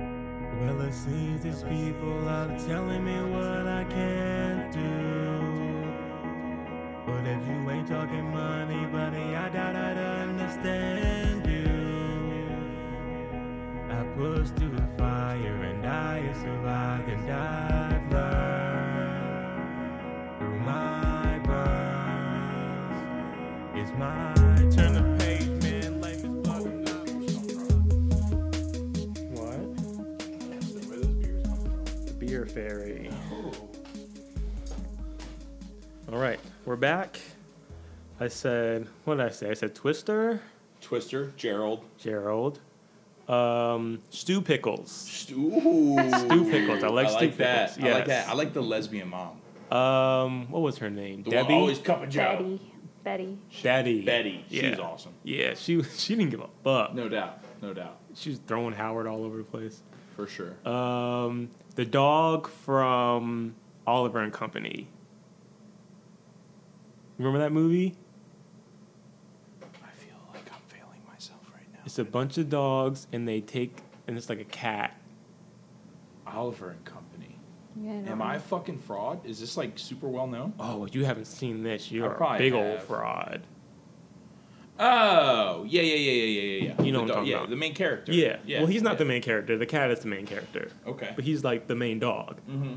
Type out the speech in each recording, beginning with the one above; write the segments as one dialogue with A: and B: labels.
A: Well, it seems these people are telling me what I can't do. But if you ain't talking money, buddy, I doubt I'd understand you. I pushed through the fire and I survived and I've learned through my burns. It's my turn to page, man. Life is fucking What? Beer Fairy.
B: Oh.
A: All right, we're back. I said, what did I say? I said Twister,
B: Twister, Gerald.
A: Gerald, um, Stew Pickles.
B: Ooh.
A: Stew Pickles. I like
B: I
A: Stew
B: like that.
A: Pickles.
B: I like that. I
A: Yes.
B: like the lesbian mom.
A: Um, what was her name?
B: The
A: Debbie.
B: one always cup of Joe.
C: Betty. Betty.
A: Daddy.
B: Betty. She
A: yeah.
B: was awesome.
A: Yeah, she she didn't give a fuck.
B: No doubt. No doubt.
A: She was throwing Howard all over the place.
B: For sure.
A: Um, the dog from Oliver and Company. Remember that movie?
B: I feel like I'm failing myself right now.
A: It's a bunch of dogs, and they take, and it's like a cat.
B: Oliver and Company.
C: Yeah, don't
B: Am
C: know.
B: I a fucking fraud? Is this like super well known?
A: Oh, you haven't seen this. You're a
B: probably
A: big old
B: have.
A: fraud.
B: Oh, yeah, yeah, yeah, yeah, yeah, yeah, yeah.
A: You know what
B: the
A: I'm
B: dog-
A: talking
B: yeah,
A: about.
B: the main character.
A: Yeah. Well, he's not
B: yeah.
A: the main character. The cat is the main character.
B: Okay.
A: But he's like the main dog,
B: hmm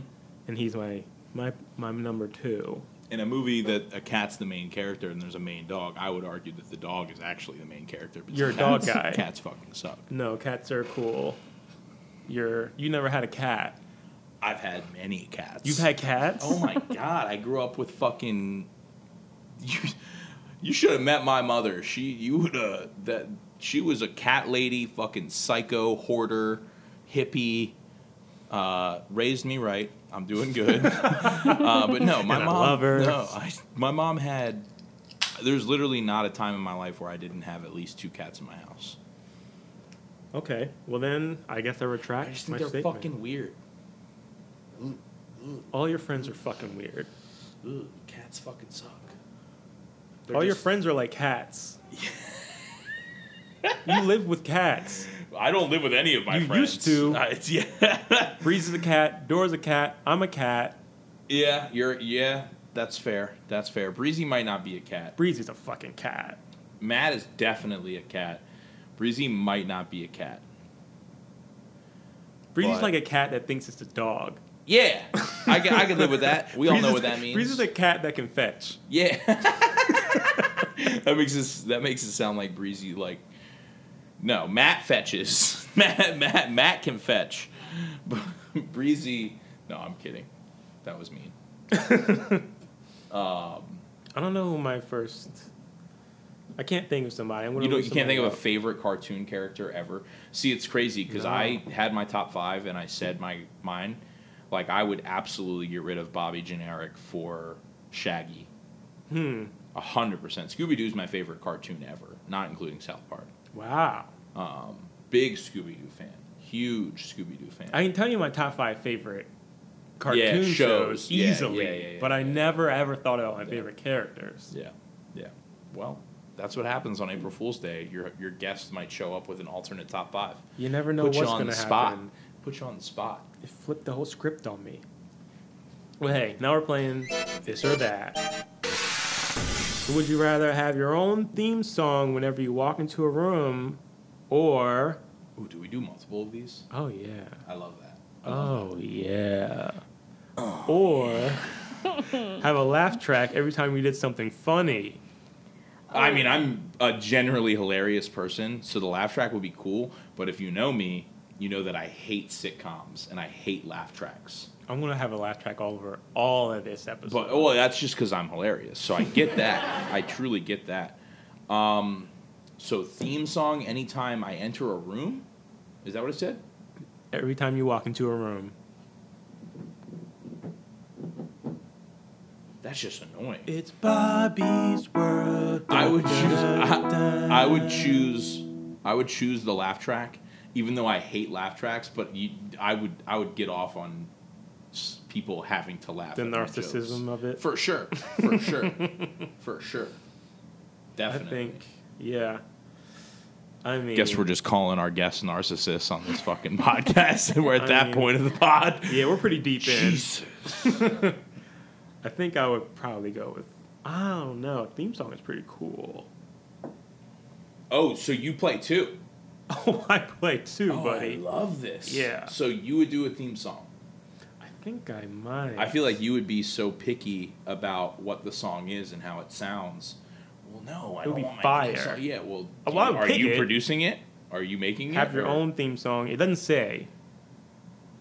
A: and he's my my my number two.
B: In a movie that a cat's the main character and there's a main dog, I would argue that the dog is actually the main character. because
A: You're a dog
B: cats-
A: guy.
B: Cats fucking suck.
A: No, cats are cool. You're you never had a cat.
B: I've had many cats.
A: You've had cats.
B: Oh my god, I grew up with fucking. You, you should have met my mother. She, you would have that. She was a cat lady, fucking psycho hoarder, hippie. Uh, raised me right. I'm doing good. uh, but no, my
A: And I
B: mom.
A: love her.
B: No, I, my mom had. There's literally not a time in my life where I didn't have at least two cats in my house.
A: Okay. Well then, I guess I retract
B: I just
A: my
B: think they're
A: statement.
B: fucking weird.
A: All your friends are fucking weird.
B: Ooh, cats fucking suck. They're
A: All your
B: just-
A: friends are like cats. you live with cats.
B: I don't live with any of my
A: You
B: friends.
A: used to.
B: I- it's- yeah.
A: Breeze is a cat. Dora's a cat. I'm a cat.
B: yeah, you're. Yeah, that's fair. That's fair. Breezy might not be a cat.
A: Breezy's a fucking cat.
B: Matt is definitely a cat. Breezy might not be a cat.
A: Breezy's
B: But-
A: like a cat that thinks it's a dog.
B: Yeah, I can, I can live with that. We all know what that means.
A: Breezy's a cat that can fetch.
B: yeah. that makes us. That makes it sound like Breezy. Like, no, Matt fetches. Matt Matt Matt can fetch. Breezy. No, I'm kidding. That was mean.
A: I don't know who my first. I can't think of somebody. I'm gonna
B: You, don't,
A: look
B: you can't
A: somebody
B: think of a
A: up.
B: favorite cartoon character ever. See, it's crazy because I had my top five and I said my mine. Like I would absolutely get rid of Bobby Generic for Shaggy. A hundred percent. Scooby Doo's my favorite cartoon ever, not including South Park. Um,
A: Wow.
B: Big Scooby Doo fan, huge Scooby Doo fan.
A: I can tell you my top five favorite cartoon
B: Yeah,
A: shows,
B: shows. Yeah, yeah,
A: easily,
B: yeah, yeah,
A: but I
B: yeah.
A: never ever thought about my favorite characters.
B: yeah, yeah. Well, that's what happens on April Fool's Day. Your your guests might show up with an alternate top five.
A: You never know
B: Put
A: what's
B: you on
A: going
B: the
A: to
B: spot.
A: happen.
B: Put you on the spot.
A: It flipped the whole script on me. Well, hey, now we're playing this or that. So would you rather have your own theme song whenever you walk into a room, or
B: Ooh, do we do multiple of these?
A: oh yeah,
B: I love that.
A: Oh yeah. or have a laugh track every time you did something funny.
B: I mean, I'm a generally hilarious person, so the laugh track would be cool. But if you know me, you know that I hate sitcoms and I hate laugh tracks.
A: I'm gonna have a laugh track all over all of this episode.
B: But oh, well, that's just because I'm hilarious. So I get that. I truly get that. Um, so theme song anytime I enter a room, is that what it said?
A: every time you walk into a room,
B: That's just annoying.
A: it's Bobby's world.
B: I would choose. I, I would choose. I would choose the laugh track, even though I hate laugh tracks. But you, I would. I would get off on s- people having to laugh.
A: the
B: at my jokes.
A: narcissism of it.
B: For sure. For sure. for sure.
A: I
B: Definitely.
A: think, yeah. I mean,
B: Guess we're just calling our guests narcissists on this fucking podcast, and we're at
A: I
B: that
A: mean-
B: point of the pod.
A: yeah, we're pretty deep in.
B: Jesus.
A: I think I would probably go with. I don't know. Theme song is pretty cool.
B: Oh, so you play too?
A: Oh, I play too,
B: Oh, I
A: buddy.
B: love this.
A: Yeah.
B: So you would do a theme song.
A: I think I might.
B: I feel like you would be so picky about what the song is and how it sounds. Well, no, I
A: It would
B: don't
A: be
B: want my theme
A: fire.
B: song. Yeah. Well,
A: Oh,
B: do
A: I
B: you-
A: would
B: are
A: pick
B: you
A: it.
B: producing it? Are you making it?
A: have your
B: or-
A: own theme song. It doesn't say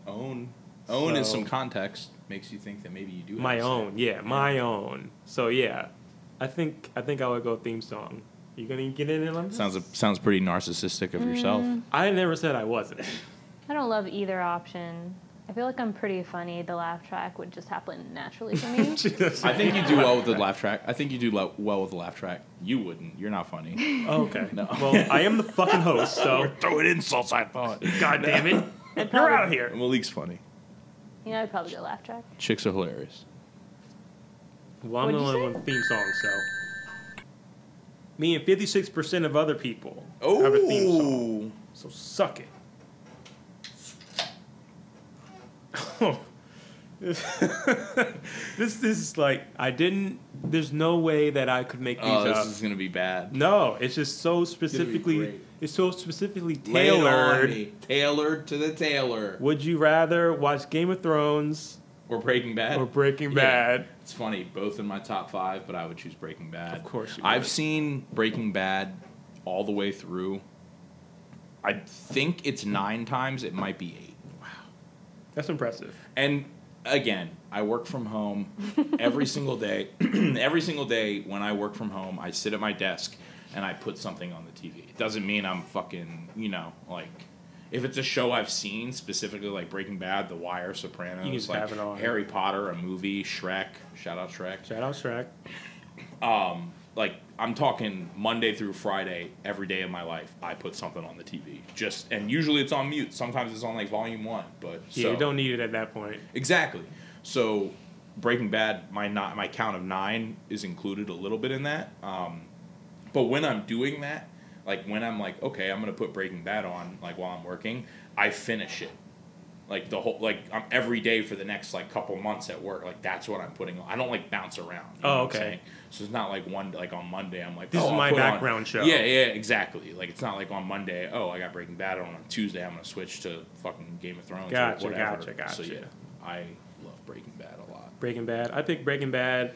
B: own. Own is
A: So-
B: some context makes you think that maybe you do have
A: my
B: a
A: own.
B: song.
A: Yeah, my own. So yeah, I think I think I would go theme song. You gonna get in it on this?
B: Sounds sounds pretty narcissistic of yourself.
A: I never said I wasn't.
C: I don't love either option. I feel like I'm pretty funny. The laugh track would just happen naturally for me.
B: I think you do well with the laugh track. I think you do lo- well with the laugh track. You wouldn't. You're not funny.
A: Oh, Okay.
B: No.
A: Well, I am the fucking host, so
B: Throwing insults, I thought.
A: god damn it, you're out here.
B: Malik's funny.
C: you know, I'd probably go laugh track.
B: Chicks are hilarious.
A: Well, I'm the
C: What'd you
A: only
C: say?
A: one with theme song, so. Me and 56% of other people have a theme song.
B: Oh,
A: So suck it. Oh. this, this is like, I didn't, there's no way that I could make these
B: oh,
A: up.
B: this is gonna be bad.
A: no, it's just so specifically,
B: great.
A: it's so specifically
B: Lay it on
A: tailored.
B: me. tailored to the tailor.
A: Would you rather watch Game of Thrones
B: Or Breaking Bad.
A: or Breaking
B: Yeah.
A: Bad?
B: It's funny, both in my top five, but I would choose Breaking Bad.
A: Of course you
B: I've
A: would.
B: seen Breaking Bad all the way through. I think it's nine times. It might be eight.
A: That's impressive.
B: And again, I work from home every single day. every single day when I work from home, I sit at my desk and I put something on the TV. It doesn't mean I'm fucking, you know, like if it's a show I've seen specifically like Breaking Bad, The Wire, Sopranos,
A: You just
B: like
A: have it on.
B: Harry Potter, a movie, Shrek, shout out Shrek.
A: Shout out Shrek.
B: Like I'm talking Monday through Friday, every day of my life, I put something on the TV. Just and usually it's on mute. Sometimes it's on like volume one, but
A: Yeah,
B: so.
A: you don't need it at that point.
B: Exactly. So Breaking Bad, my not my count of nine is included a little bit in that. Um, but when I'm doing that, like when I'm like, okay, I'm gonna put Breaking Bad on, like while I'm working, I finish it. Like the whole, like I'm every day for the next like couple months at work. Like that's what I'm putting on. I don't like bounce around. you know
A: Oh,
B: what I'm
A: okay.
B: saying? So it's not like one like on Monday I'm like
A: This
B: oh,
A: is
B: I'll
A: my
B: put on-
A: background show.
B: Yeah, yeah, exactly. Like it's not like on Monday. Oh, I got Breaking Bad on. On Tuesday, I'm gonna switch to fucking Game of Thrones.
A: Gotcha,
B: or whatever.
A: gotcha,
B: So
A: gotcha.
B: yeah, I love Breaking Bad a lot.
A: Breaking Bad. I picked Breaking Bad.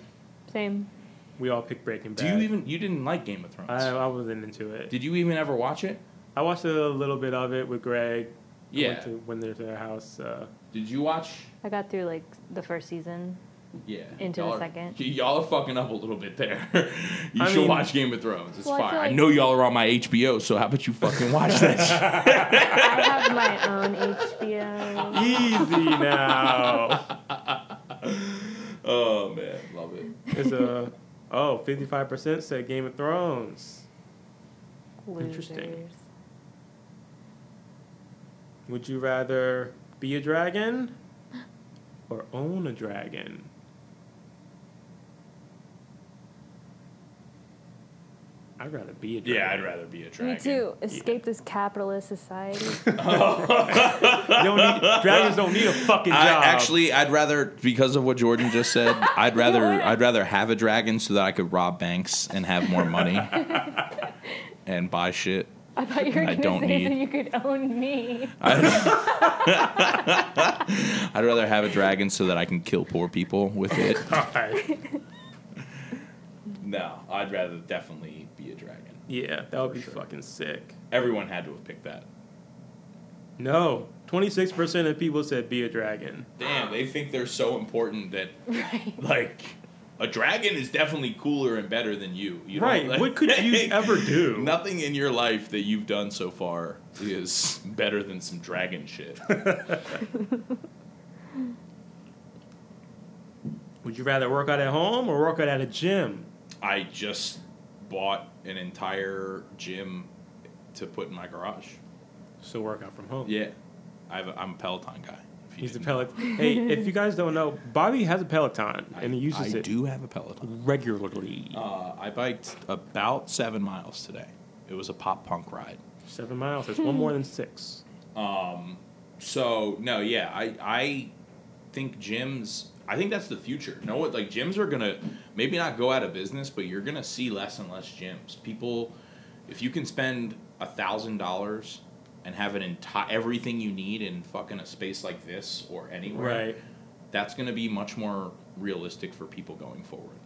C: Same.
A: We all picked Breaking
B: Do
A: Bad.
B: you even you didn't like Game of Thrones?
A: I, I wasn't into it.
B: Did you even ever watch it?
A: I watched a little bit of it with Greg. I
B: Yeah.
A: went to, when they're to their house. Uh,
B: Did you watch?
C: I got through like the first season.
B: Yeah.
C: Into the
B: Y'all are-
C: second.
B: y- y'all are fucking up a little bit there. you
A: I
B: should
A: mean-
B: watch Game of Thrones. It's
C: Well, I
B: fine.
C: feel
B: I
C: like-
B: know y'all are on my HBO, so how about you fucking watch that? shit?
C: I have my own HBO.
A: easy now.
B: Oh man, love it.
A: It's a oh, 55 percent said Game of Thrones.
C: Losers.
A: Interesting. Would you rather be a dragon or own a dragon? I'd rather be a dragon.
B: Yeah, I'd rather be a dragon.
C: Me too. Escape this capitalist society.
A: You don't need, dragons don't need a fucking job.
B: I actually, I'd rather because of what Jordan just said. I'd rather,
C: would.
B: I'd rather have a dragon so that I could rob banks and have more money and buy shit.
C: I thought you were
B: I
C: going to
B: don't
C: say so
B: need-
C: you could own me.
B: I'd rather have a dragon so that I can kill poor people with it.
A: God.
B: No, I'd rather definitely be a dragon.
A: Yeah, that would
B: For
A: be
B: sure.
A: fucking sick.
B: Everyone had to have picked that.
A: No, 26% of people said be a dragon.
B: Damn, they think they're so important that
C: right.
B: like a dragon is definitely cooler and better than you. you don't,
A: right,
B: like-
A: what could you ever do?
B: Nothing in your life that you've done so far is better than some dragon shit.
A: Would you rather work out at home or work out at a gym?
B: I just bought an entire gym to put in my garage.
A: So work out from home.
B: Yeah, I have a, I'm a Peloton guy. if you
A: Oh. He's a
B: didn't know.
A: Peloton. hey, if you guys don't know, Bobby has a Peloton and he
B: I
A: uses it Mm.
B: do have a Peloton.
A: regularly.
B: Uh, I biked about seven miles today. It was a pop punk ride.
A: Seven miles. That's one more than six.
B: Um, so no, yeah, I I think gyms. I think that's the future. You know what? Like gyms are gonna maybe not go out of business, but you're gonna see less and less gyms. People, if you can spend a thousand dollars and have an entire everything you need in fucking a space like this or anywhere,
A: Right.
B: That's gonna be much more realistic for people going forward.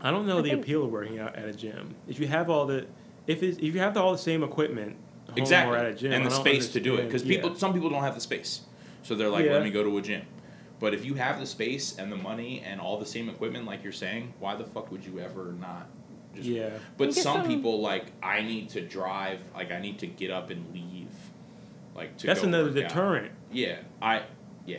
A: I don't know
C: I
A: the
C: think-
A: appeal of working out at a gym. If you have all the, if it's, if you have all the same equipment, home
B: exactly
A: or at a gym,
B: and
A: I
B: the
A: don't
B: space to do it because
A: understand-
B: people
A: yeah.
B: some people don't have the space so they're like let
A: Yeah.
B: me go to a gym but if you have the space and the money and all the same equipment like you're saying why the fuck would you ever not just
A: Yeah.
B: but
C: You get
B: some,
C: some-
B: people like i need to drive like i need to get up and leave like to
A: That's
B: go
A: another
B: work out.
A: deterrent.
B: yeah i yeah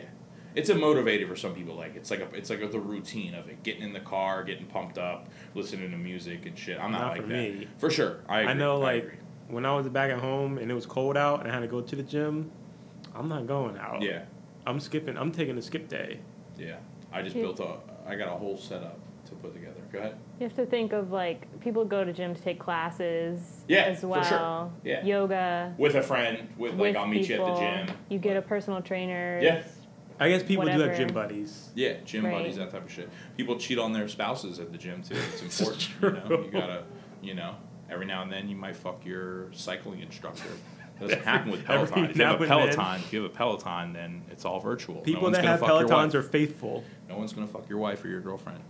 B: it's a motivator for some people like it's like a, it's like a, the routine of it getting in the car getting pumped up listening to music and shit i'm not,
A: Not
B: like
A: for
B: that
A: me.
B: for sure i,
A: I
B: agree.
A: know, like,
B: agree.
A: When I was back at home and it was cold out and I had to go to the gym, I'm not going out.
B: yeah
A: I'm skipping. I'm taking a skip day.
B: Yeah, I just
C: Yeah.
B: built a. I got a whole setup to put together. Go ahead.
C: You have to think of like people go to gym to take classes
B: Yeah,
C: as
B: for
C: well.
B: sure. Yeah.
C: Yoga.
B: With a friend, with like
C: with
B: I'll meet
C: people.
B: you at the gym.
C: You get a personal trainer.
B: Yeah.
A: I guess people do have
C: Whatever.
A: gym buddies.
B: Yeah, gym
C: Right.
B: buddies, that type of shit. People cheat on their spouses at the gym too. It's
A: It's
B: important. you know,
A: true.
B: you gotta, you know, every now and then you might fuck your cycling instructor. It doesn't happen with
A: Every
B: Peloton. If you have a
A: now and then.
B: Peloton, if you have a Peloton, then it's all virtual.
A: People
B: no one's
A: that
B: gonna
A: have
B: fuck your
A: Pelotons
B: wife.
A: are faithful.
B: No one's gonna fuck your wife or your girlfriend.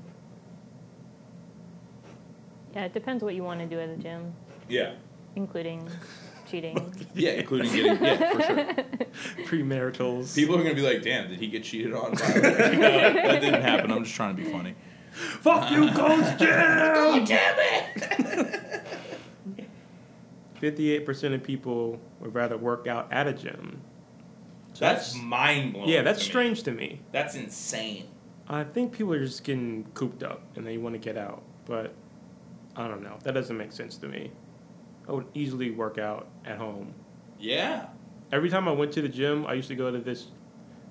C: Yeah, it depends what you want to do at the gym,
B: Yeah.
C: including cheating.
B: Yeah, including getting yeah, for sure.
A: Premaritals.
B: People are gonna be like, "Damn, did he get cheated on?" no, that didn't happen. I'm just trying to be funny.
A: Fuck you, Coach Jim!
B: damn it!
A: 58% of people would rather work out at a gym. So
B: That's mind blowing.
A: yeah, that's strange to me.
B: That's insane.
A: I think people are just getting cooped up and they want to get out, but I don't know. That doesn't make sense to me. I would easily work out at home.
B: Yeah.
A: Every time I went to the gym, I used to go to this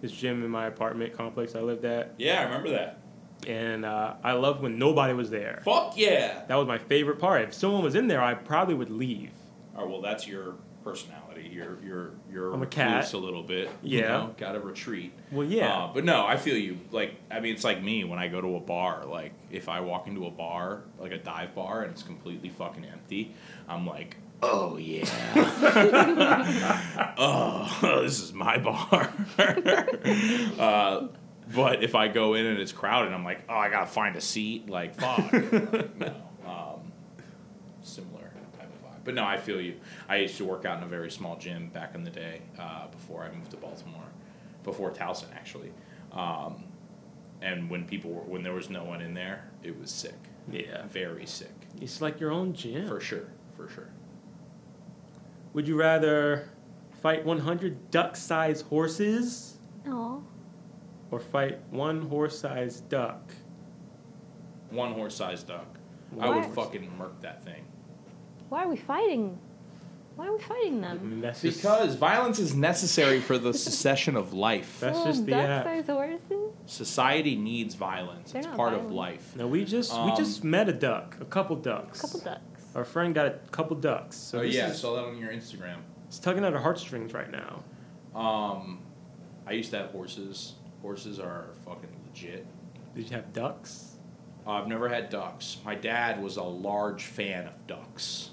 A: this gym in my apartment complex I lived at,
B: Yeah, I remember that.
A: and uh, I loved when nobody was there.
B: Fuck yeah.
A: That was my favorite part. If someone was in there, I probably would leave.
B: Oh well, that's your personality. You're you're you're
A: I'm a cat.
B: recluse a little bit. you
A: Yeah.
B: know, gotta retreat.
A: Well, yeah.
B: Uh, but no, I feel you. Like, I mean, it's like me when I go to a bar. Like, if I walk into a bar, like a dive bar, and it's completely fucking empty, I'm like, oh yeah, oh this is my bar. uh, but if I go in and it's crowded, I'm like, oh, I gotta find a seat. Like, fuck. Like, no. Um, similar type of vibe. But no, I feel you. I used to work out in a very small gym back in the day uh, before I moved to Baltimore, before Towson actually. Um, and when people were, when there was no one in there, it was sick,
A: yeah.
B: very sick,
A: It's like your own gym.
B: for sure, for sure.
A: Would you rather fight 100 duck-sized horses
C: Aw.
A: or fight one horse-sized duck?
B: One horse sized duck. I
A: One
B: would
A: horse-
B: fucking murk that thing.
C: Why are we fighting? Why are we fighting
A: I
C: them?
A: mean, that's just-
B: Because violence is necessary for the succession of life.
A: That's
C: Little
A: just the app.
C: duck-sized horses.
B: Society needs violence.
C: They're
B: It's
C: not
B: part of
C: violent.
B: life.
A: No, we just we
B: Um,
A: just met a duck, a couple ducks.
C: A couple ducks.
A: Our friend got a couple ducks. So
B: So
A: this
B: Oh, yeah, I
A: is-
B: saw that on your Instagram.
A: it's tugging at our heartstrings right now.
B: Um, I used to have horses. Horses are fucking legit.
A: Did you have ducks?
B: Uh, I've never had ducks. My dad was a large fan of ducks.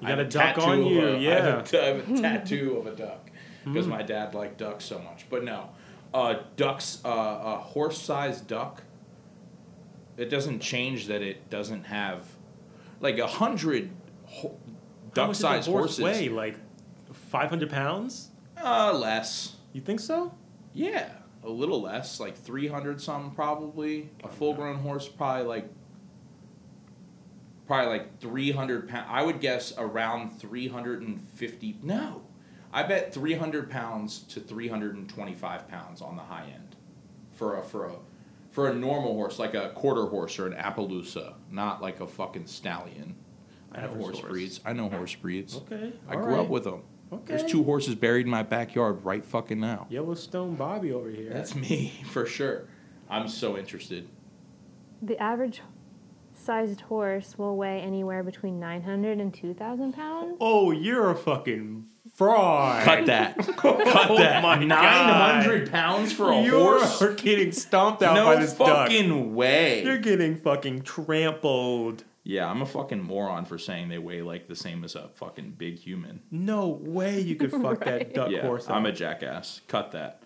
A: You
B: I
A: got a
B: have
A: duck
B: tattoo
A: on
B: of
A: you,
B: a- I
A: yeah.
B: have a, I have a tattoo of a duck because
A: Mm.
B: my dad liked ducks so much. But no, uh, ducks, uh, a horse-sized duck. It doesn't change that it doesn't have, like a hundred ho-
A: How much does a
B: duck-sized
A: horse
B: horses.
A: weigh like 500 pounds.
B: Uh, less.
A: You think so?
B: Yeah, a little less, like 300 something probably. A full grown horse probably like probably like 300 pounds. I would guess around 350. No. I bet 300 pounds to 325 pounds on the high end for a for a for a normal horse like a quarter horse or an Appaloosa, not like a fucking stallion. I know
A: Average
B: horse
A: horse.
B: breeds. I know horse breeds.
A: Okay.
B: I
A: all
B: grew up
A: right.
B: with them.
A: Okay.
B: There's two horses buried in my backyard right fucking now.
A: Yellowstone Bobby over here.
B: That's me for sure. I'm so interested.
C: The average sized horse will weigh anywhere between 900 and 2,000 pounds.
A: Oh, you're a fucking fraud.
B: Cut that. Cut that.
A: Oh my God.
B: 900 pounds for a
A: You're
B: horse?
A: getting stomped out by
B: No
A: this duck.
B: fucking way.
A: You're getting fucking trampled.
B: Yeah, I'm a fucking moron for saying they weigh like the same as a fucking big human.
A: No way you could fuck that
C: Right.
A: duck
B: yeah,
A: horse.
B: I'm a
A: up.
B: jackass. Cut that.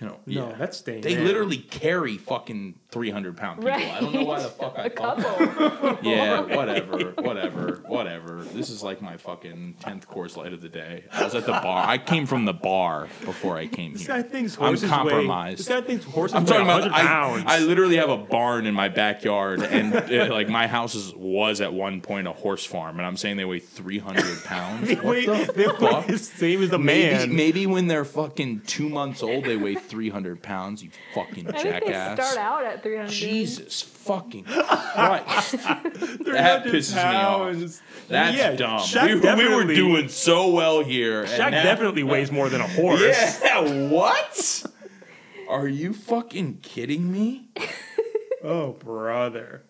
B: You know,
A: no,
B: yeah.
A: that's dangerous.
B: they literally carry fucking 300 pound people. I don't know why the fuck I
C: a
B: thought
C: couple.
B: Yeah, whatever, whatever, whatever. This is like my fucking tenth course light of the day. I was at the bar. I came from the bar before I came
A: This guy
B: here.
A: thinks
B: I'm
A: horses weigh.
B: compromised.
A: This guy thinks horses
B: I'm
A: weigh
B: talking about
A: 100
B: I,
A: pounds.
B: I literally have a barn in my backyard, and uh, like my house is, was at one point a horse farm, and I'm saying they weigh 300 pounds.
A: they
B: What
A: weigh,
B: the
A: they
B: fuck?
A: weigh the same as a
B: Maybe,
A: man.
B: maybe when they're fucking two months old, they weigh 300 pounds. You fucking
C: I think they
B: jackass.
C: start out at 300.
B: Jesus fucking Christ.
A: 300
B: that pisses me off.
A: pounds.
B: That's
A: Yeah,
B: dumb.
A: Shaq
B: we, we were
A: definitely-
B: doing so well here. and
A: Shaq
B: now-
A: definitely weighs more than a horse.
B: Yeah, what? Are you fucking kidding me?
A: Oh, brother.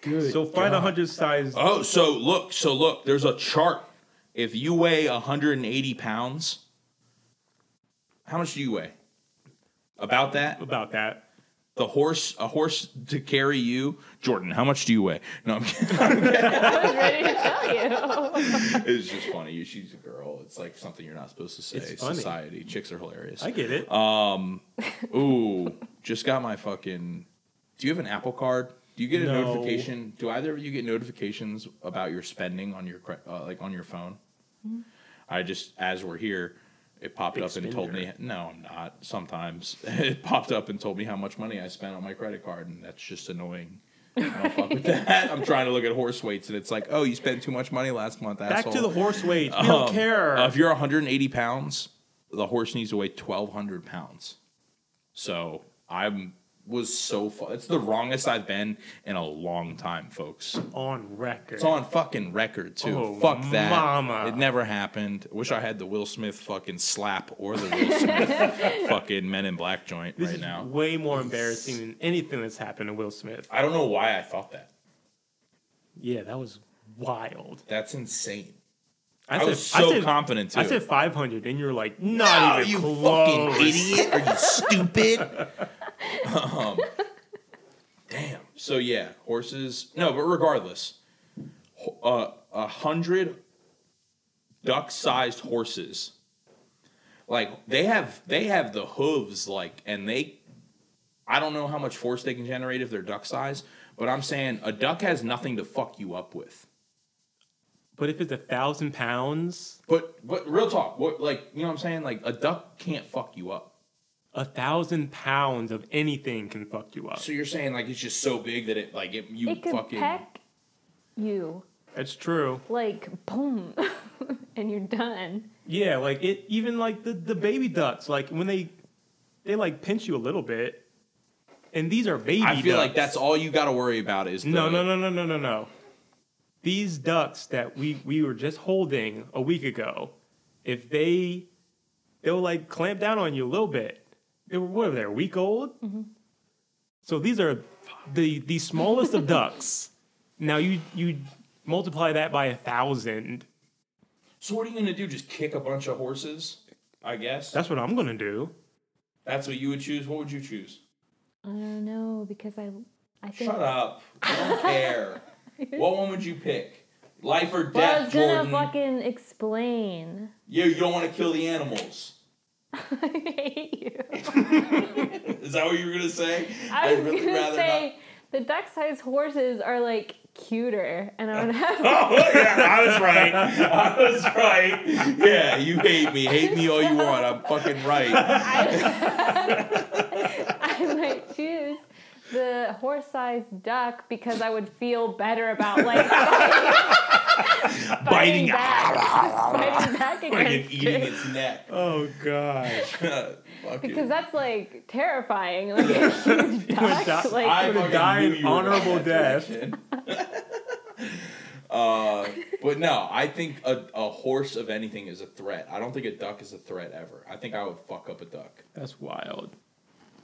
B: Good.
A: So find a hundred size.
B: Oh, so look, so look, there's a chart. If you weigh 180 pounds, how much do you weigh? About that?
A: about that.
B: The horse, a horse to carry you. Jordan, how much do you weigh? No, I'm kidding.
C: I was ready to tell you.
B: it's just funny. You- She's a girl. It's like something you're not supposed to say.
A: It's funny.
B: Society. Chicks are hilarious.
A: I get it.
B: Uh, Ooh, just got my fucking. Do you have an Apple Card? Do you get a
A: No.
B: notification? Do either of you get notifications about your spending on your cre- uh, like on your phone? I just as we're here, it popped
A: Big
B: up and told me.
A: spender.
B: No, I'm not. Sometimes it popped up and told me how much money I spent on my credit card, and that's just annoying. I don't fuck with that. I'm trying to look at horse weights, and it's like, oh, you spent too much money last month.
A: Back
B: asshole.
A: to the horse weights. We don't
B: Um,
A: care.
B: uh, if you're 180 pounds, the horse needs to weigh 1,200 pounds. So I'm was so fu- it's the wrongest I've been in a long time, folks.
A: on record.
B: It's on fucking record too.
A: Oh,
B: Fuck that.
A: mama.
B: It never happened. Wish I had the Will Smith fucking slap or the Will Smith fucking Men in Black joint
A: this
B: right
A: is
B: now.
A: way more embarrassing than anything that's happened to Will Smith.
B: I don't know why I thought that.
A: Yeah, that was wild.
B: That's insane.
A: I,
B: I,
A: said,
B: was
A: I
B: so
A: said-
B: confident too.
A: I said 500, and you're like, not
B: Oh,
A: even
B: you
A: close.
B: fucking idiot. Are you stupid? um, damn. So, yeah, horses. No, but regardless, ho- uh, a hundred duck sized horses. Like they have they have the hooves like and they I don't know how much force they can generate if they're duck size, but I'm saying a duck has nothing to fuck you up with.
A: But if it's a thousand pounds,
B: But but real talk, what like you know what I'm saying? Like a duck can't fuck you up.
A: a thousand pounds of anything can fuck you up.
B: So you're saying like it's just so big that it like it you
C: It could
B: fucking
C: peck you,
A: That's true.
C: like, boom, and you're done.
A: Yeah, like it. Even like the the baby ducks, like when they they like pinch you a little bit, and these are baby.
B: I feel like
A: ducks.
B: that's all you got to worry about is
A: No,
B: the-
A: no, no, no, no, no, no. These ducks that we we were just holding a week ago, if they they'll like clamp down on you a little bit. They were what are they? A week old.
B: Mm-hmm.
A: So these are the the smallest of ducks. Now you you multiply that by a thousand.
B: So what are you gonna do? Just kick a bunch of horses? I guess
A: That's what I'm gonna do.
B: that's what you would choose. What would you choose?
C: I don't know because I, I think
B: Shut up! I don't care. What one would you pick? Life or
C: Well, I
B: death,
C: was gonna
B: Jordan?
C: fucking explain.
B: Yeah, you don't want to kill the animals.
C: I hate you.
B: Is that what you were gonna say?
C: I
B: I'd
C: was
B: really
C: gonna
B: rather
C: say the duck-sized horses are like cuter, and I would have.
B: not- Oh yeah, I was right. I was right. Yeah, you hate me. Hate me all you want. I'm fucking right.
C: I, I might choose the horse-sized duck because I would feel better about like
B: Biting
C: fighting back, fighting back
B: fucking
C: against
B: eating
C: it.
B: its neck.
A: Oh gosh.
C: Because
B: fucking.
C: that's like terrifying, like a huge duck.
A: that-
C: like
B: I
A: gonna
B: fucking
A: die
B: knew
A: an
B: you were going
A: honorable death.
B: that direction. uh, but no, I think a, a horse of anything is a threat. I don't think a duck is a threat ever. I think I would fuck up a duck.
A: That's wild.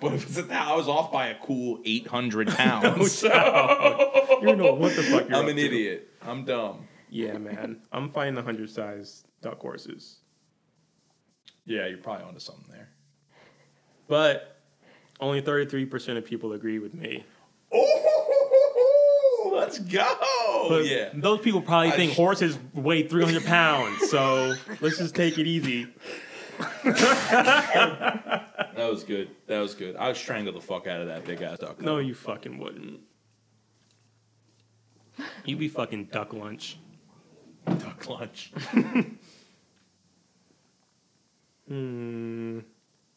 B: But if it's at that, I was off by a cool 800 pounds. so
A: You don't know what the fuck you're
B: I'm
A: up
B: an
A: to.
B: idiot. I'm dumb.
A: Yeah, man. I'm fighting the hundred size duck horses.
B: Yeah, you're probably onto something there.
A: But only 33% of people agree with me.
B: Oh, let's go.
A: But
B: Oh, yeah.
A: Those people probably
B: I
A: think
B: sh-
A: horses weigh 300 pounds, so let's just take it easy.
B: That was good. That was good. I would strangle the fuck out of that big ass duck.
A: No, you fucking wouldn't. You'd be fucking duck lunch.
B: duck lunch.
A: Hmm.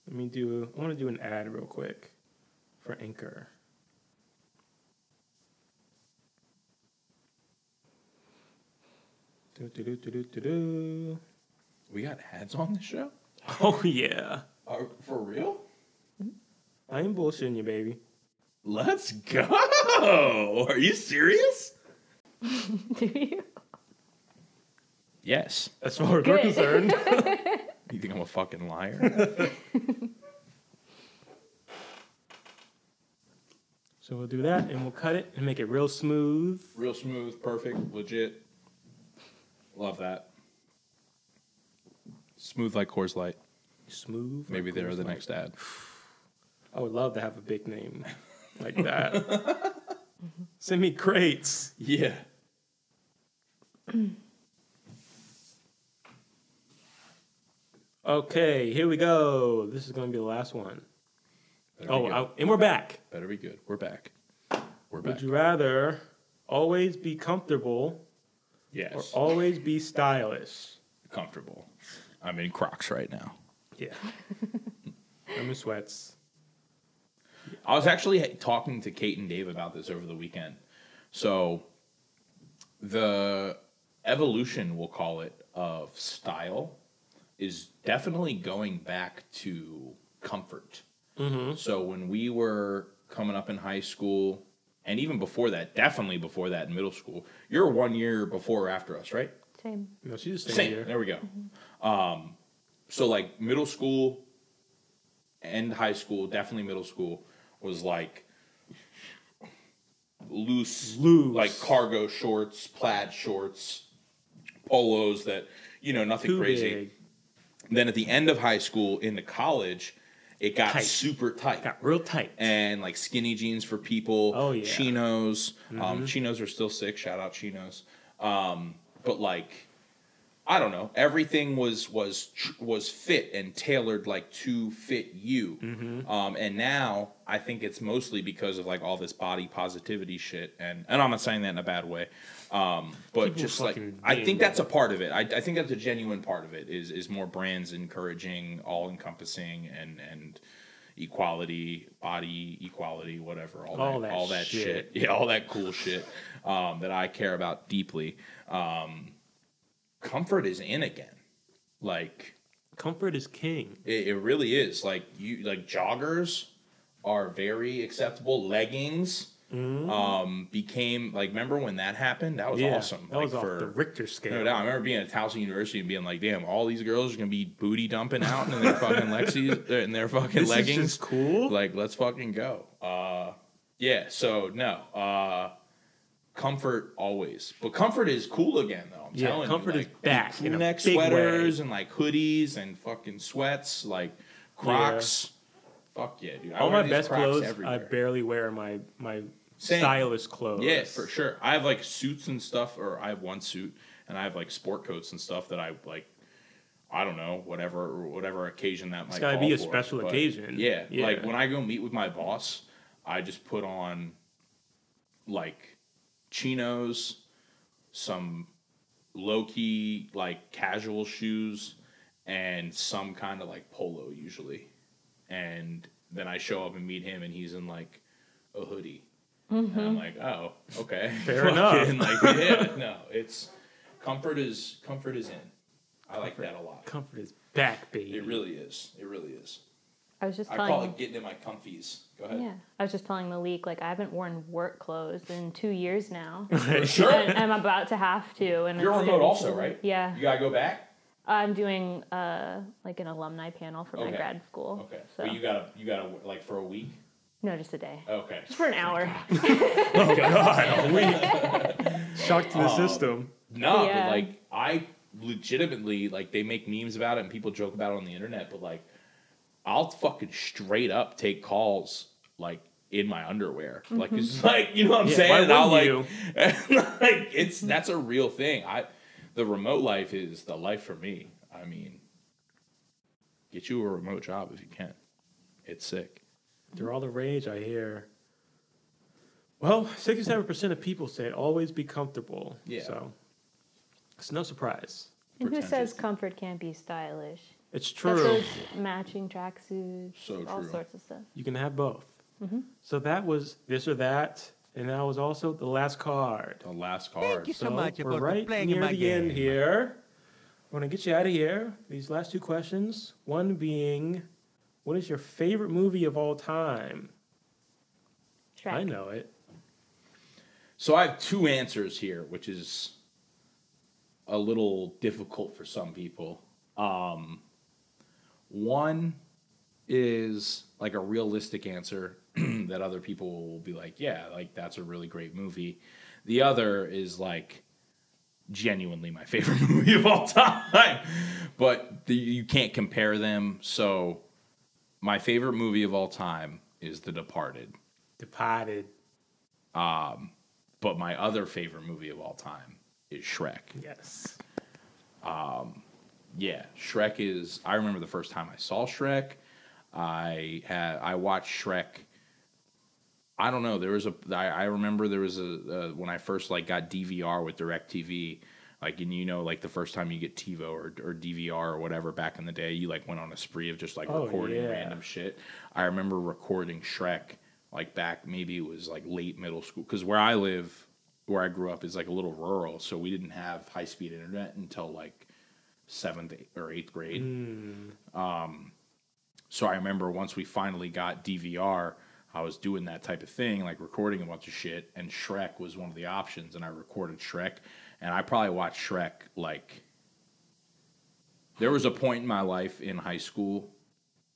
A: Let me do. I want to do an ad real quick for Anchor. Do-do-do-do-do-do.
B: We got ads on the show?
A: Oh yeah,
B: Are, for real?
A: I ain't bullshitting you, baby.
B: Let's go. Are you serious?
C: Do you?
B: Yes.
A: As far as we're
C: Good.
A: concerned,
B: You think I'm a fucking liar?
A: so we'll do that and we'll cut it and make it real smooth.
B: real smooth, perfect, legit. Love that. Smooth like Coors Light.
A: Smooth.
B: Maybe
A: like
B: they're the
A: Coors Light.
B: next ad.
A: I would love to have a big name like that. Send me crates.
B: Yeah.
A: Okay, here we go. This is gonna be the last one.
B: Better
A: Oh,
B: be good.
A: I, and we're back.
B: better be good. We're back. We're
A: Would
B: back.
A: you rather always be comfortable or
B: yes.
A: always be stylish?
B: comfortable. I'm in Crocs right now.
A: Yeah. I'm in sweats.
B: I was actually talking to Kate and Dave about this over the weekend. So the evolution, we'll call it, of style is definitely going back to comfort. So when we were coming up in high school, and even before that, definitely before that in middle school, you're one year before or after us, right?
C: Same.
A: No, she's just
B: Same.
A: staying here.
B: There we go. Um, so like middle school and high school, definitely middle school was like loose,
A: Loose.
B: like cargo shorts, plaid shorts, polos that you know nothing
A: Too
B: crazy.
A: big.
B: Then at the end of high school into college, it got
A: Tight.
B: super tight
A: Got real tight.
B: and like skinny jeans for people.
A: Oh, yeah. Mm-hmm.
B: chinos. Um, chinos are still sick. Shout out chinos. Um, but like, I don't know. Everything was was tr- was fit and tailored like to fit you.
A: Mm-hmm.
B: Um, and now I think it's mostly because of like all this body positivity shit. And and I'm not saying that in a bad way. Um, but
A: People
B: just like
A: fucking
B: I
A: being
B: think that's a part of it. I, I think that's a genuine part of it. Is is more brands encouraging, all encompassing, and and equality, body equality, whatever, all,
A: All
B: that,
A: that
B: all that shit.
A: shit.
B: yeah, all that cool shit um, that I care about deeply. Um, comfort is in again, like
A: Comfort is king.
B: it, it really is. Like you, like joggers are very acceptable. Leggings um, became like remember when that happened? That was
A: Mm-hmm. yeah,
B: awesome.
A: That
B: like,
A: was off
B: for-
A: the Richter scale.
B: no doubt. I remember being at Towson University and being like, "Damn, all these girls are gonna be booty dumping out in their fucking Lexis in their fucking
A: This is
B: leggings."
A: just cool.
B: Like, let's fucking go. Uh, yeah. So no, uh, comfort always, but comfort is cool again though. I'm
A: Yeah,
B: telling
A: comfort
B: you,
A: is
B: like,
A: back in a
B: neck
A: big way.
B: sweaters and like hoodies and fucking sweats, like Crocs. Fuck yeah, dude! I
A: All
B: wear
A: my
B: these
A: best
B: Crocs
A: clothes, I
B: everywhere.
A: barely wear my my
B: Same.
A: stylish clothes.
B: Yeah, for sure. I have like suits and stuff, or I have one suit, and I have like sport coats and stuff that I like. I don't know, whatever, whatever occasion that might.
A: gotta
B: call
A: be a
B: for,
A: special
B: but
A: occasion.
B: Yeah,
A: Yeah.
B: like when I go meet with my boss, I just put on like chinos, some low key like casual shoes, and some kind of like polo usually, and then I show up and meet him, and he's in like a hoodie. And
C: Mm-hmm.
B: I'm like, oh, okay,
A: Fair enough.
B: Fucking, Like, yeah, no, it's comfort is comfort is in. I like that a lot.
A: Comfort is back, baby.
B: It really is. It really is.
C: I was just
B: I
C: telling.
B: call it getting in my comfies. Go ahead.
C: yeah, I was just telling the leak like I haven't worn work clothes in two years now,
B: For
C: and
B: sure.
C: I'm about to have to. And
B: You're
C: it's
B: remote
C: gonna be
B: also,
C: cool.
B: right?
C: Yeah,
B: You gotta go back.
C: I'm doing uh, like an alumni panel for my
B: Okay.
C: grad school.
B: Okay.
C: So
B: But you Uh, gotta you gotta like for a week.
C: no, just a day,
B: Okay.
C: just for an hour.
A: Oh God, we shocked the
B: Um,
A: system.
B: No, but,
C: Yeah.
B: like I legitimately like they make memes about it and people joke about it on the internet, but like I'll fucking straight up take calls like in my underwear. Like it's like you know what I'm
A: Yeah,
B: saying?
A: why
B: And I'll like,
A: wouldn't
B: and, like it's that's a real thing. I the remote life is the life for me. I mean get you a remote job if you can. It's sick.
A: They're all the rage I hear. Well, sixty-seven percent of people said always be comfortable.
B: Yeah.
A: So it's no surprise.
C: and who says
B: Pretentious.
C: comfort can't be stylish?
A: It's
C: That's
A: true.
C: those matching tracksuits,
B: So
C: all
B: true.
C: sorts of stuff.
A: You can have both. So that was this or that, and that was also the last card.
B: The last card.
D: you so much
A: we're
D: about
A: right
D: playing
A: near
D: my
A: the end
D: game.
A: here. We're gonna get you out of here. These last two questions. One being, what is your favorite movie of all time?
C: Shrek.
A: I know it.
B: So I have two answers here, which is a little difficult for some people. Um, one is like a realistic answer that other people will be like, yeah, like that's a really great movie. The other is like genuinely my favorite movie of all time, but the, you can't compare them. So my favorite movie of all time is The Departed.
A: Departed.
B: but my other favorite movie of all time is Shrek.
A: Yes.
B: Yeah, Shrek is. I remember the first time I saw Shrek. I had I watched Shrek. I don't know. There was a. I, I remember there was a, uh when I first like got DVR with DirecTV. Like and you know, like the first time you get TiVo or, or DVR or whatever back in the day, you like went on a spree of just like
A: Oh,
B: recording
A: yeah.
B: random shit. I remember recording Shrek like back maybe it was like late middle school because where I live, where I grew up is like a little rural, so we didn't have high speed internet until like seventh or eighth grade.
A: Hmm.
B: So I remember once we finally got DVR, I was doing that type of thing, like recording a bunch of shit, and Shrek was one of the options, and I recorded Shrek, and I probably watched Shrek like. There was a point in my life in high school,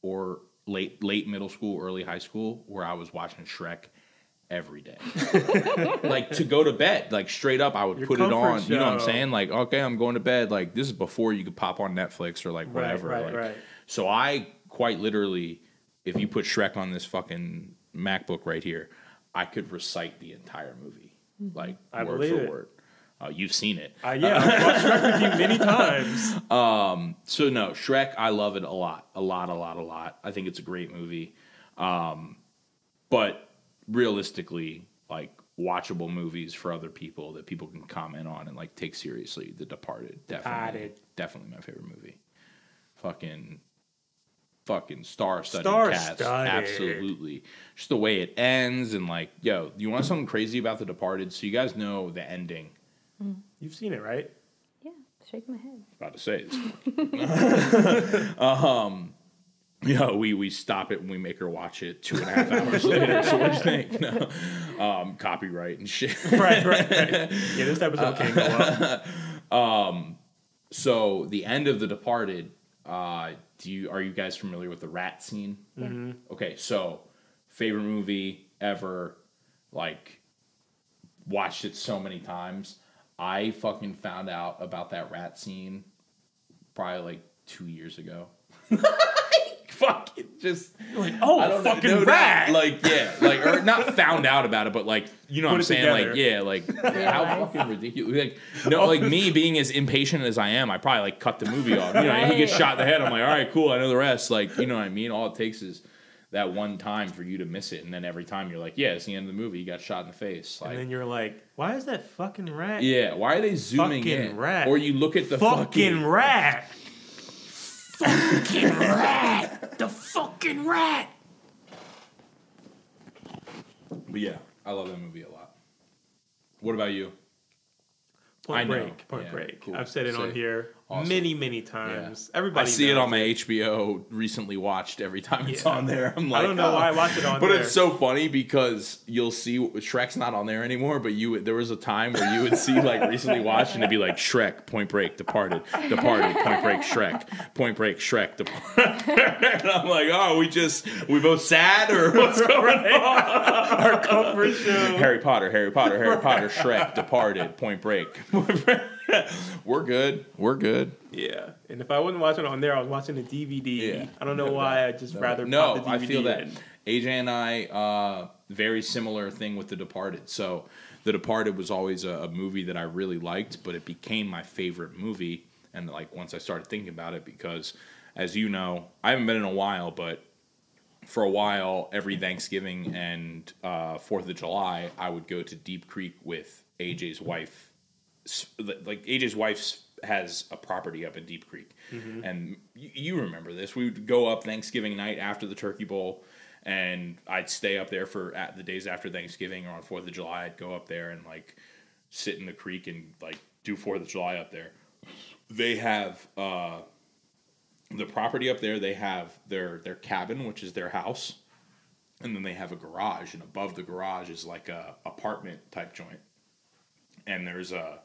B: or late late middle school, early high school, where I was watching Shrek every day, like to go to bed, like straight up. I would
A: Your
B: put it
A: comfort
B: on. You know what I'm
A: show.
B: saying? Like, okay, I'm going to bed. Like this is before you could pop on Netflix or like
A: Right,
B: whatever.
A: right,
B: like,
A: right.
B: So I quite literally, if you put Shrek on this fucking MacBook right here, I could recite the entire movie, like
A: Mm-hmm. I
B: word
A: believe
B: for
A: it.
B: word. Uh, you've seen it.
A: Uh, yeah, I've watched Shrek with you many times.
B: So no, Shrek, I love it a lot, a lot, a lot, a lot. I think it's a great movie, um, but realistically, like watchable movies for other people that people can comment on and like take seriously. The Departed, definitely,
A: Departed.
B: definitely my favorite movie. Fucking, fucking star-studded cast,
A: Star-studded.
B: absolutely. Just the way it ends and like, yo, you want something crazy about The Departed? So you guys know the ending.
A: You've seen it, right?
C: Yeah, shake my head.
B: about to say. It's um, you know, we we stop it and we make her watch it two and a half hours later. So what do you think? No. Um, copyright and shit.
A: right, right, right. Yeah, this
B: Uh,
A: episode can't go up.
B: So the end of The Departed. Uh, do you are you guys familiar with the rat scene? Okay, so favorite movie ever. Like watched it so many times. I fucking found out about that rat scene probably like two years ago. Fuck it, just
A: Like, oh,
B: I don't know-
A: fucking
B: no doubt,
A: rat.
B: Like yeah, like or not found out about it, but like you know
A: Put
B: what I'm
A: it
B: saying? Like
A: together. Oh.
B: yeah, like how
C: Realize.
B: fucking ridiculous. Like no, like me being as impatient as I am, I probably like cut the movie off. You know, he gets
C: Right.
B: shot in the head. I'm like, all right, cool, I know the rest. Like you know what I mean? All it takes is that one time for you to miss it, and then every time you're like, yeah, it's the end of the movie. He got shot in the face. Like
A: and then you're like, why is that fucking rat?
B: yeah, why are they zooming
A: Fucking
B: in?
A: rat.
B: Or you look at the
A: fucking,
B: fucking
A: rat. fucking rat. The fucking rat.
B: But yeah, I love that movie a lot. What about you?
A: Point
B: I know.
A: Break. Point
B: Yeah,
A: Break.
B: cool.
A: I've said it on
B: Sick.
A: here
B: Awesome.
A: many, many times. Everybody,
B: I see it
A: knows.
B: on my HBO recently watched every time it's
A: Yeah.
B: on there. I'm
A: I
B: like,
A: don't know
B: "Oh."
A: why I watch it on.
B: But
A: there.
B: it's so funny because you'll see Shrek's not on there anymore. But you, there was a time where you would see like recently watched and it'd be like Shrek, Point Break, Departed, Departed, Point Break, Shrek, Point Break, Shrek, Departed. and I'm like, oh, we just we both sad or what's going on?
A: our comfort show.
B: Harry Potter, Harry Potter, Harry Potter, Shrek, Departed, Point Break. We're good. We're good.
A: Yeah, and if I wasn't watching it on there, I was watching a DVD.
B: Yeah.
A: I don't know
B: No,
A: why. I just rather
B: no,
A: pop the DVD
B: I feel that
A: in.
B: AJ and I uh, very similar thing with The Departed. So The Departed was always a, a movie that I really liked, but it became my favorite movie. And like once I started thinking about it, because as you know, I haven't been in a while, but for a while, every Thanksgiving and uh, Fourth of July, I would go to Deep Creek with AJ's wife. S- Like AJ's wife has a property up in Deep Creek, and you- you remember this. We would go up Thanksgiving night after the Turkey Bowl, and I'd stay up there for at the days after Thanksgiving or on Fourth of July. I'd go up there and like sit in the creek and like do Fourth of July up there. They have uh, the property up there they have their their cabin which is their house and then they have a garage and above the garage is like a apartment type joint and there's a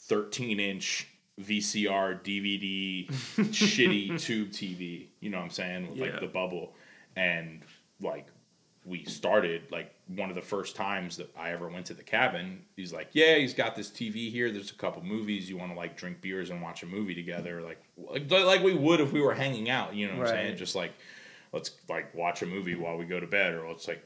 B: 13 inch vcr dvd shitty tube tv you know what i'm saying with
A: Yeah.
B: like the bubble and like we started like one of the first times that I ever went to the cabin. He's like, "Yeah, he's got this TV here. There's a couple movies. You want to like drink beers and watch a movie together, like like, like we would if we were hanging out. You know what I'm saying?
A: Right.
B: Just like let's like watch a movie while we go to bed, or let's like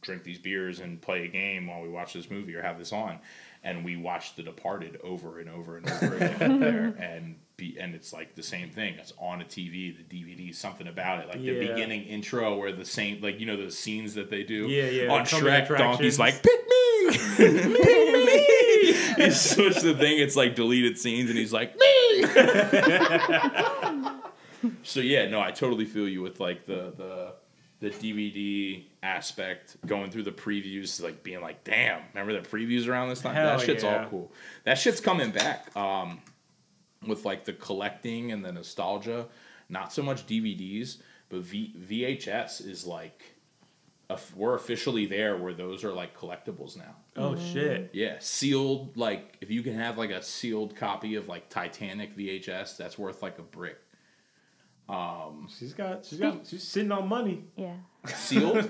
B: drink these beers and play a game while we watch this movie or have this on. And we watched The Departed over and over and over again up there, and be and it's like the same thing. It's on a TV, the DVD, something about it, like the
A: Yeah.
B: beginning intro where the same, like you know, the scenes that they do
A: Yeah, yeah,
B: on
A: the coming
B: Shrek, Donkey's
A: attractions.
B: like, pick me, pick me. He switched the thing. It's like deleted scenes, and he's like, me. so yeah, no, I totally feel you with like the the the DVD aspect, going through the previews, like being like, damn, remember the previews around this time?
A: Hell
B: that shit's
A: yeah.
B: all cool. That shit's coming back. Um, with like the collecting and the nostalgia, not so much DVDs, but v- VHS is like. of- We're officially there where those are like collectibles now.
A: Oh shit!
B: Yeah, sealed. Like if you can have like a sealed copy of like Titanic VHS, that's worth like a brick.
A: She's got. She's got. She's sitting on money.
C: Yeah.
B: Sealed?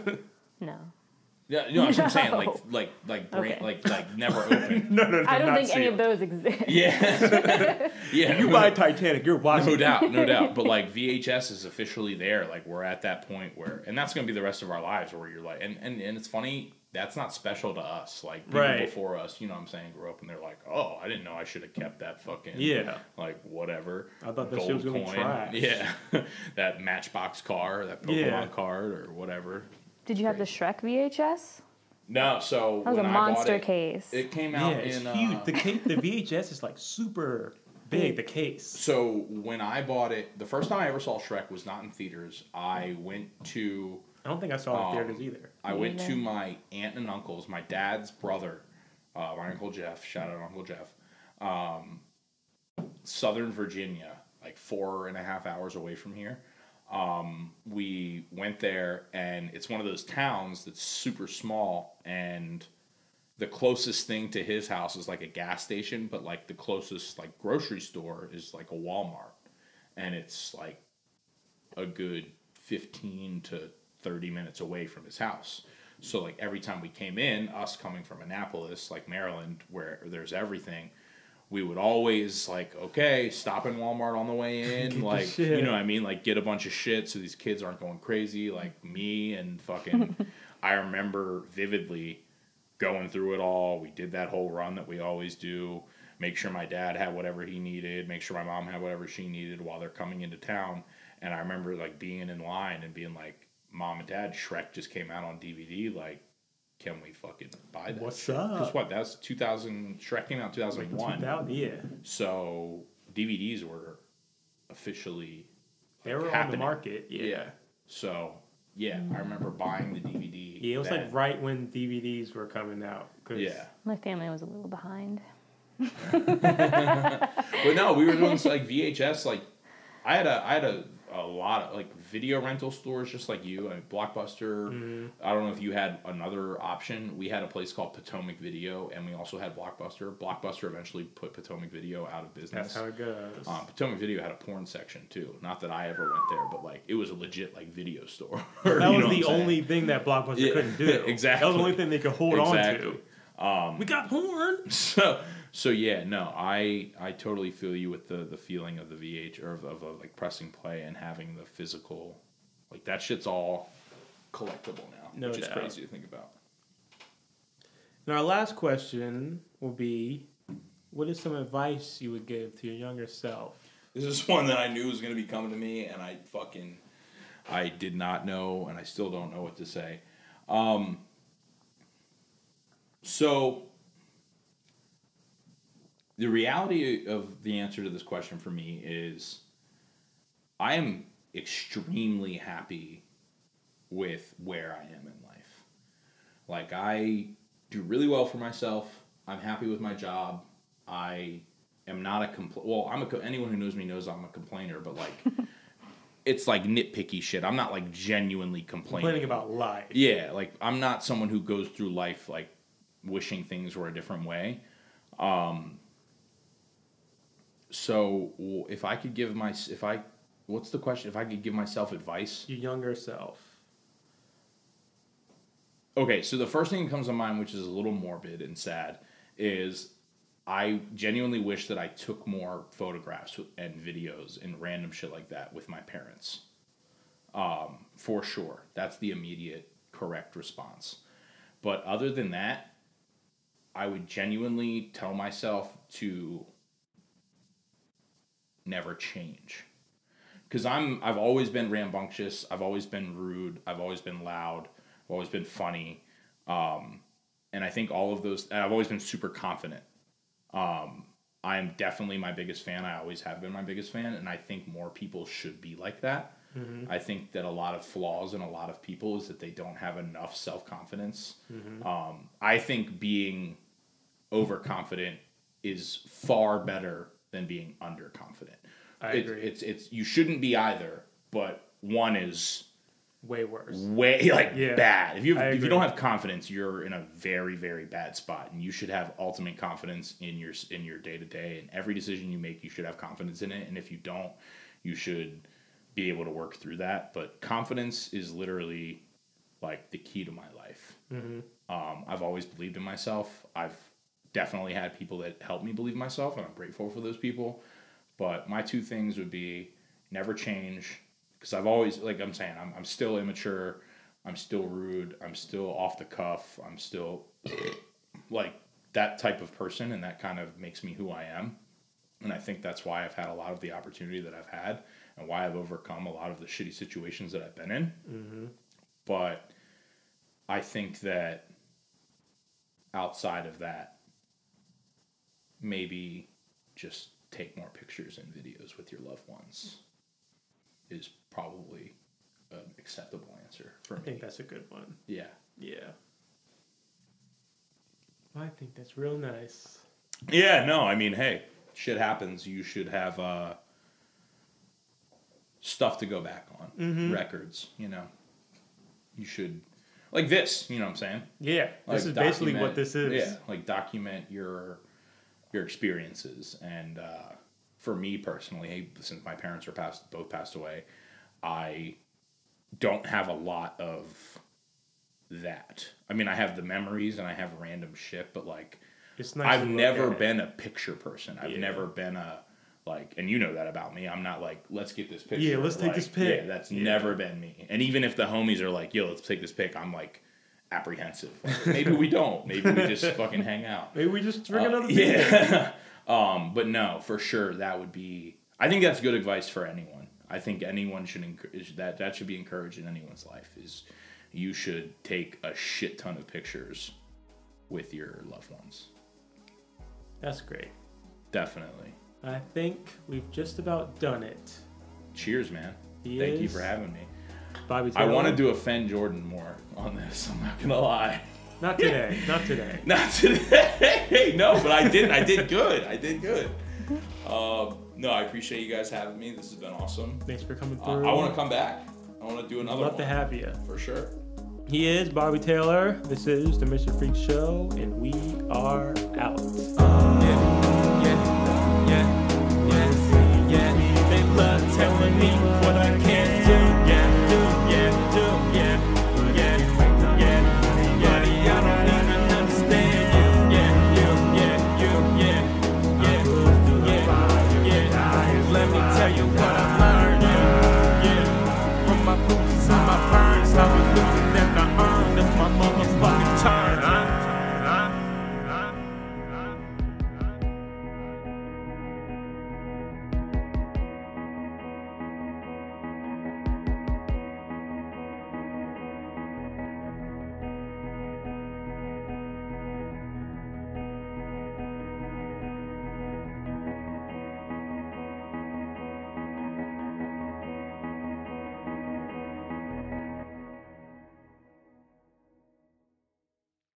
C: No.
B: yeah, you know what I'm saying? Like
C: No.
B: like like brand,
C: Okay.
B: like like never open.
A: No, no, no.
C: I don't
A: not
C: think any of
A: sealed.
C: those exist.
B: yeah, yeah.
A: You buy Titanic, you're watching.
B: No doubt, no doubt. But like VHS is officially there. Like we're at that point where, and that's going to be the rest of our lives where you're like, and and and it's funny. That's not special to us. Like people
A: Right.
B: before us, you know what I'm saying, grew up and they're like, oh, I didn't know I should have kept that fucking
A: Yeah.
B: like whatever.
A: I thought that shit was gonna be trash.
B: Yeah, that Matchbox car, that Pokemon
A: Yeah.
B: card, or whatever.
C: Did you have the Shrek VHS?
B: No, so
C: That was
B: when
C: a
B: I bought
C: monster
B: it,
C: case.
B: It came
A: Yeah,
B: out
A: it's
B: in
A: huge.
B: uh,
A: The case, the VHS is like super big. The case.
B: So when I bought it, the first time I ever saw Shrek was not in theaters. I went to
A: I don't think I saw it in
B: Um,
A: theaters either.
B: I went
C: Either.
B: to my aunt and uncle's, my dad's brother, uh, my uncle Jeff. Shout out Uncle Jeff. Um, Southern Virginia, like four and a half hours away from here. Um, we went there, and it's one of those towns that's super small, and the closest thing to his house is like a gas station, but like the closest like grocery store is like a Walmart, and it's like a good 15 to 30 minutes away from his house. So, like, every time we came in, us coming from Annapolis, like Maryland, where there's everything, we would always, like, okay, stop in Walmart on the way in.
A: the
B: like,
A: shit.
B: you know what I mean? Like, get a bunch of shit so these kids aren't going crazy. Like, me and fucking, I remember vividly going through it all. We did that whole run that we always do. Make sure my dad had whatever he needed. Make sure my mom had whatever she needed while they're coming into town. And I remember like being in line and being like, "Mom and Dad, Shrek just came out on DVD. Like, can we fucking buy that?"
A: What's
B: Because
A: up?
B: what? That was 2000. Shrek came out in 2001.
A: 2000, yeah,
B: So DVDs were officially
A: they were on the
B: Happening.
A: market. Yeah, yeah,
B: So yeah, I remember buying the DVD.
A: it was
B: then.
A: like right when DVDs were coming out. 'cause
B: yeah.
C: My family was a little behind.
B: But no, we were doing like VHS. Like I had a I had a, a lot of like video rental stores just like you. I mean, Blockbuster.
A: Mm-hmm.
B: I don't know if you had another option. We had a place called Potomac Video, and we also had Blockbuster. Blockbuster eventually put Potomac Video out of business.
A: That's how it goes.
B: Um, Potomac Video had a porn section too. Not that I ever went there, but like it was a legit like video store. You
A: that
B: know
A: was
B: what I'm
A: the
B: saying?
A: only thing that Blockbuster
B: Yeah,
A: couldn't do. That was
B: exactly.
A: the only thing they could hold
B: Exactly. Um,
A: on to. We got porn.
B: So so yeah, no, I I totally feel you with the the feeling of the VH or of, of, of, like pressing play and having the physical, like that shit's all collectible now,
A: No
B: which is
A: doubt.
B: crazy to think about.
A: And our last question will be what is some advice you would give to your younger self?
B: This is one that I knew was gonna be coming to me, and I fucking I did not know, and I still don't know what to say. Um, so the reality of the answer to this question for me is I am extremely happy with where I am in life. Like I do really well for myself. I'm happy with my job. I am not a compl- well, I'm a co- anyone who knows me knows I'm a complainer, but like it's like nitpicky shit. I'm not like genuinely
A: Complaining about life.
B: yeah, like I'm not someone who goes through life like wishing things were a different way. Um, so w- if I could give my if I what's the question? If I could give myself advice,
A: Your younger self.
B: okay. So the first thing that comes to mind, which is a little morbid and sad, is I genuinely wish that I took more photographs and videos and random shit like that with my parents. Um, for sure, that's the immediate correct response. But other than that, I would genuinely tell myself to never change. Cause I'm I've always been rambunctious, I've always been rude, I've always been loud, I've always been funny. Um, and I think all of those and I've always been super confident. Um, I am definitely my biggest fan. I always have been my biggest fan, and I think more people should be like that.
A: Mm-hmm.
B: I think that a lot of flaws in a lot of people is that they don't have enough self confidence.
A: Mm-hmm.
B: Um, I think being overconfident is far better than being underconfident.
A: I
B: It's-
A: agree.
B: It's it's you shouldn't be either, but one is
A: Way worse.
B: way like
A: Yeah,
B: bad. If you
A: I
B: if you
A: agree.
B: don't have confidence, you're in a very very bad spot, and you should have ultimate confidence in your in your day to day and every decision you make. You should have confidence in it, and if you don't, you should be able to work through that. But confidence is literally like the key to my life. Um, I've always believed in myself. I've definitely had people that helped me believe in myself, and I'm grateful for those people. But my two things would be never change, because I've always, like I'm saying, I'm, I'm still immature. I'm still rude. I'm still off the cuff. I'm still like that type of person, and that kind of makes me who I am. And I think that's why I've had a lot of the opportunity that I've had and why I've overcome a lot of the shitty situations that I've been in.
A: Mm-hmm.
B: But I think that outside of that, maybe just take more pictures and videos with your loved ones is probably an acceptable answer for
A: I think
B: me.
A: that's a good one.
B: Yeah.
A: Yeah. I think that's real nice.
B: Yeah, no, I mean, hey, shit happens. You should have uh, stuff to go back on, records, you know. You should, like this, you know what I'm saying?
A: Yeah,
B: Like,
A: this is basically what
B: document-
A: this is.
B: Yeah, like document your your experiences. And uh, for me personally, since my parents are passed, both passed away, I don't have a lot of that. I mean, I have the memories and I have random shit, but like
A: It's nice. to
B: I've
A: look
B: never
A: at it.
B: been a picture person. I've
A: Yeah.
B: never been a like, and you know that about me. I'm not like, let's get this picture.
A: Yeah, let's take
B: Like,
A: this pic.
B: Yeah, that's
A: Yeah.
B: never been me. And even if the homies are like, yo, let's take this pic, I'm like apprehensive. Like, maybe we don't. Maybe we just fucking hang out.
A: Maybe we just drink
B: Uh,
A: another beer.
B: yeah. um, but no, for sure, that would be. I think that's good advice for anyone. I think anyone should encourage that. That should be encouraged in anyone's life. Is you should take a shit ton of pictures with your loved ones.
A: That's great.
B: Definitely.
A: I think we've just about done it.
B: Cheers, man.
A: He
B: Thank you
A: is-
B: for having me.
A: Bobby
B: I
A: Taylor.
B: wanted to offend Jordan more on this. I'm not gonna lie.
A: Not today. Not today.
B: Not today. no, but I did. I did good. I did good. Uh, no, I appreciate you guys having me. This has been awesome.
A: Thanks for coming
B: Uh,
A: through.
B: I want to come back. I want to do another
A: Love
B: one
A: to have you.
B: for sure.
A: He is Bobby Taylor. This is the Mission Freak Show, and we are out.
D: yeah, yeah, yeah.